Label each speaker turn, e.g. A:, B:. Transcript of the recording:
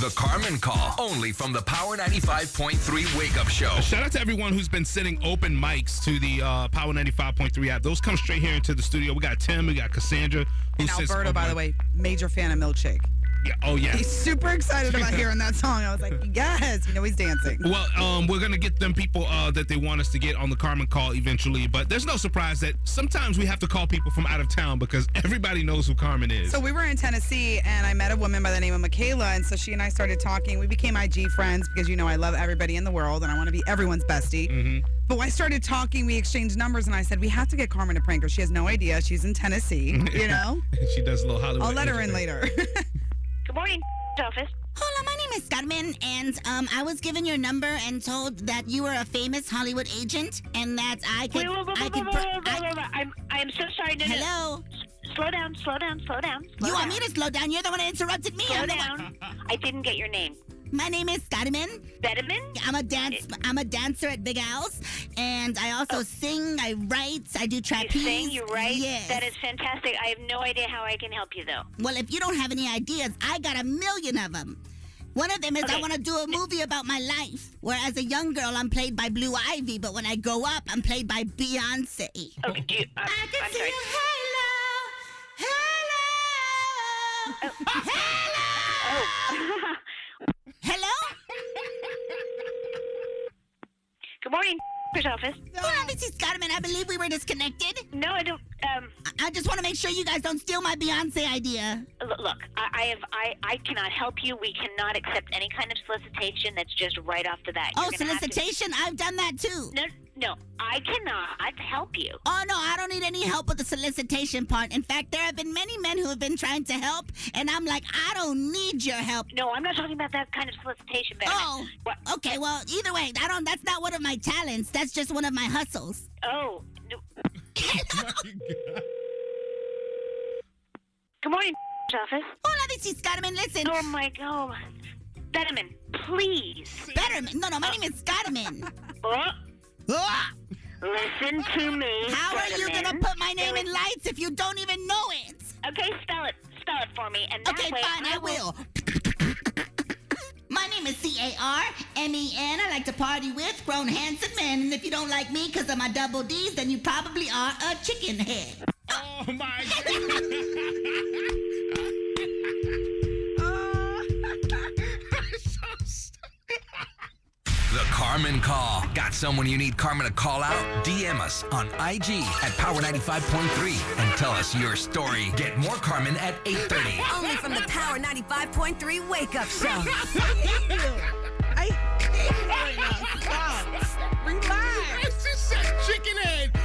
A: The Carmen Call, only from the Power 95.3 Wake Up Show.
B: Shout out to everyone who's been sending open mics to the uh, Power 95.3 app. Those come straight here into the studio. We got Tim, we got Cassandra. who
C: And
B: sits
C: Alberto,
B: open
C: by the way, major fan of Milkshake.
B: mic. Yeah. Oh, yeah.
C: He's super excited about hearing that song. I was like, yes, you know, he's dancing.
B: Well, um, we're gonna get them people uh, that they want us to get on the Carmen call eventually, but there's no surprise that sometimes we have to call people from out of town because everybody knows who Carmen is.
C: So we were in Tennessee, and I met a woman by the name of Michaela, and so she and I started talking. We became IG friends because you know I love everybody in the world, and I want to be everyone's bestie. But when I started talking, we exchanged numbers, and I said we have to get Carmen to prank her. She has no idea. She's in Tennessee. You know,
B: she does a little Hollywood.
C: I'll let her
B: agent
C: in later.
D: Good morning, office.
E: Hola, my name is Carmen, and um, I was given your number and told that you were a famous Hollywood agent and that I
D: Wait,
E: could.
D: wait, wait,
E: I
D: wait,
E: could
D: wait,
E: pro-
D: wait, wait,
E: I-
D: wait, wait. I'm I'm so sorry. No, no.
E: hello?
D: S- Slow down, slow down, slow down. Slow
E: You
D: down.
E: want me to slow down? You're the one that interrupted me.
D: slow
E: I'm the one-
D: down? I didn't get your name.
E: My name is Carmen.
D: Betterman?
E: I'm a dance.
D: Eh.
E: I'm a dancer at Big Al's, and I also sing. I write. I
D: Oh.
E: do
D: You
E: trapeze.
D: saying you're right?
E: Yes.
D: That is fantastic. I have no idea how I can help you though.
E: Well, if you don't have any ideas, I got a million of them. One of them is I
D: Okay.
E: want to do a movie about my life, where as a young girl I'm played by Blue Ivy, but when I grow up I'm played by Beyonce.
D: Okay, do you, um,
E: I can
D: I'm
E: see
D: sorry.
E: you. Hello, hello, hello,
D: Oh.
E: hello.
D: Good morning, office.
E: Well, this is Carmen. I believe we were disconnected.
D: No, I don't. Um,
E: I- I just want to make sure you guys don't steal my Beyonce idea.
D: l- look, I, I have. I, I cannot help you. We cannot accept any kind of solicitation. That's just right off the bat. You're
E: Oh,
D: gonna have to-
E: solicitation? I've done that too.
D: No, no, I cannot help you.
E: Oh no, I don't need any help with the solicitation part. In fact, there have been many men who have been trying to help, and I'm like, I don't need your help.
D: No, I'm not talking about that kind of solicitation, Betterman.
E: Oh,
D: What?
E: okay. Well, either way, I don't. That's not one of my talents. That's just one of my hustles.
D: Oh. no.
B: agent.
D: Good morning, office.
E: Hola, this is Carmen. Listen,
D: Oh my god. Betterman, please.
E: Betterman. No, no, my name is Carmen.
D: Oh,
E: Ah,
D: listen to me.
E: How are you gonna
D: Betterman.
E: put my name
D: There
E: in lights if you don't even know it?
D: Okay, spell it. Spell it for me, and that
E: Okay,
D: way
E: fine, I will. My name is C A R M E N. I like to party with grown handsome men. And if you don't like me because of my double D's, then you probably are a chicken head.
B: oh my god.
A: The Carmen Call. Got someone you need Carmen to call out? DM us on IG at Power 95.3 and tell us your story. Get more Carmen at 8.30.
F: Only from the Power 95.3 Wake Up Show.
C: I hate you right now. Stop. Relax.
B: It's just that chicken head.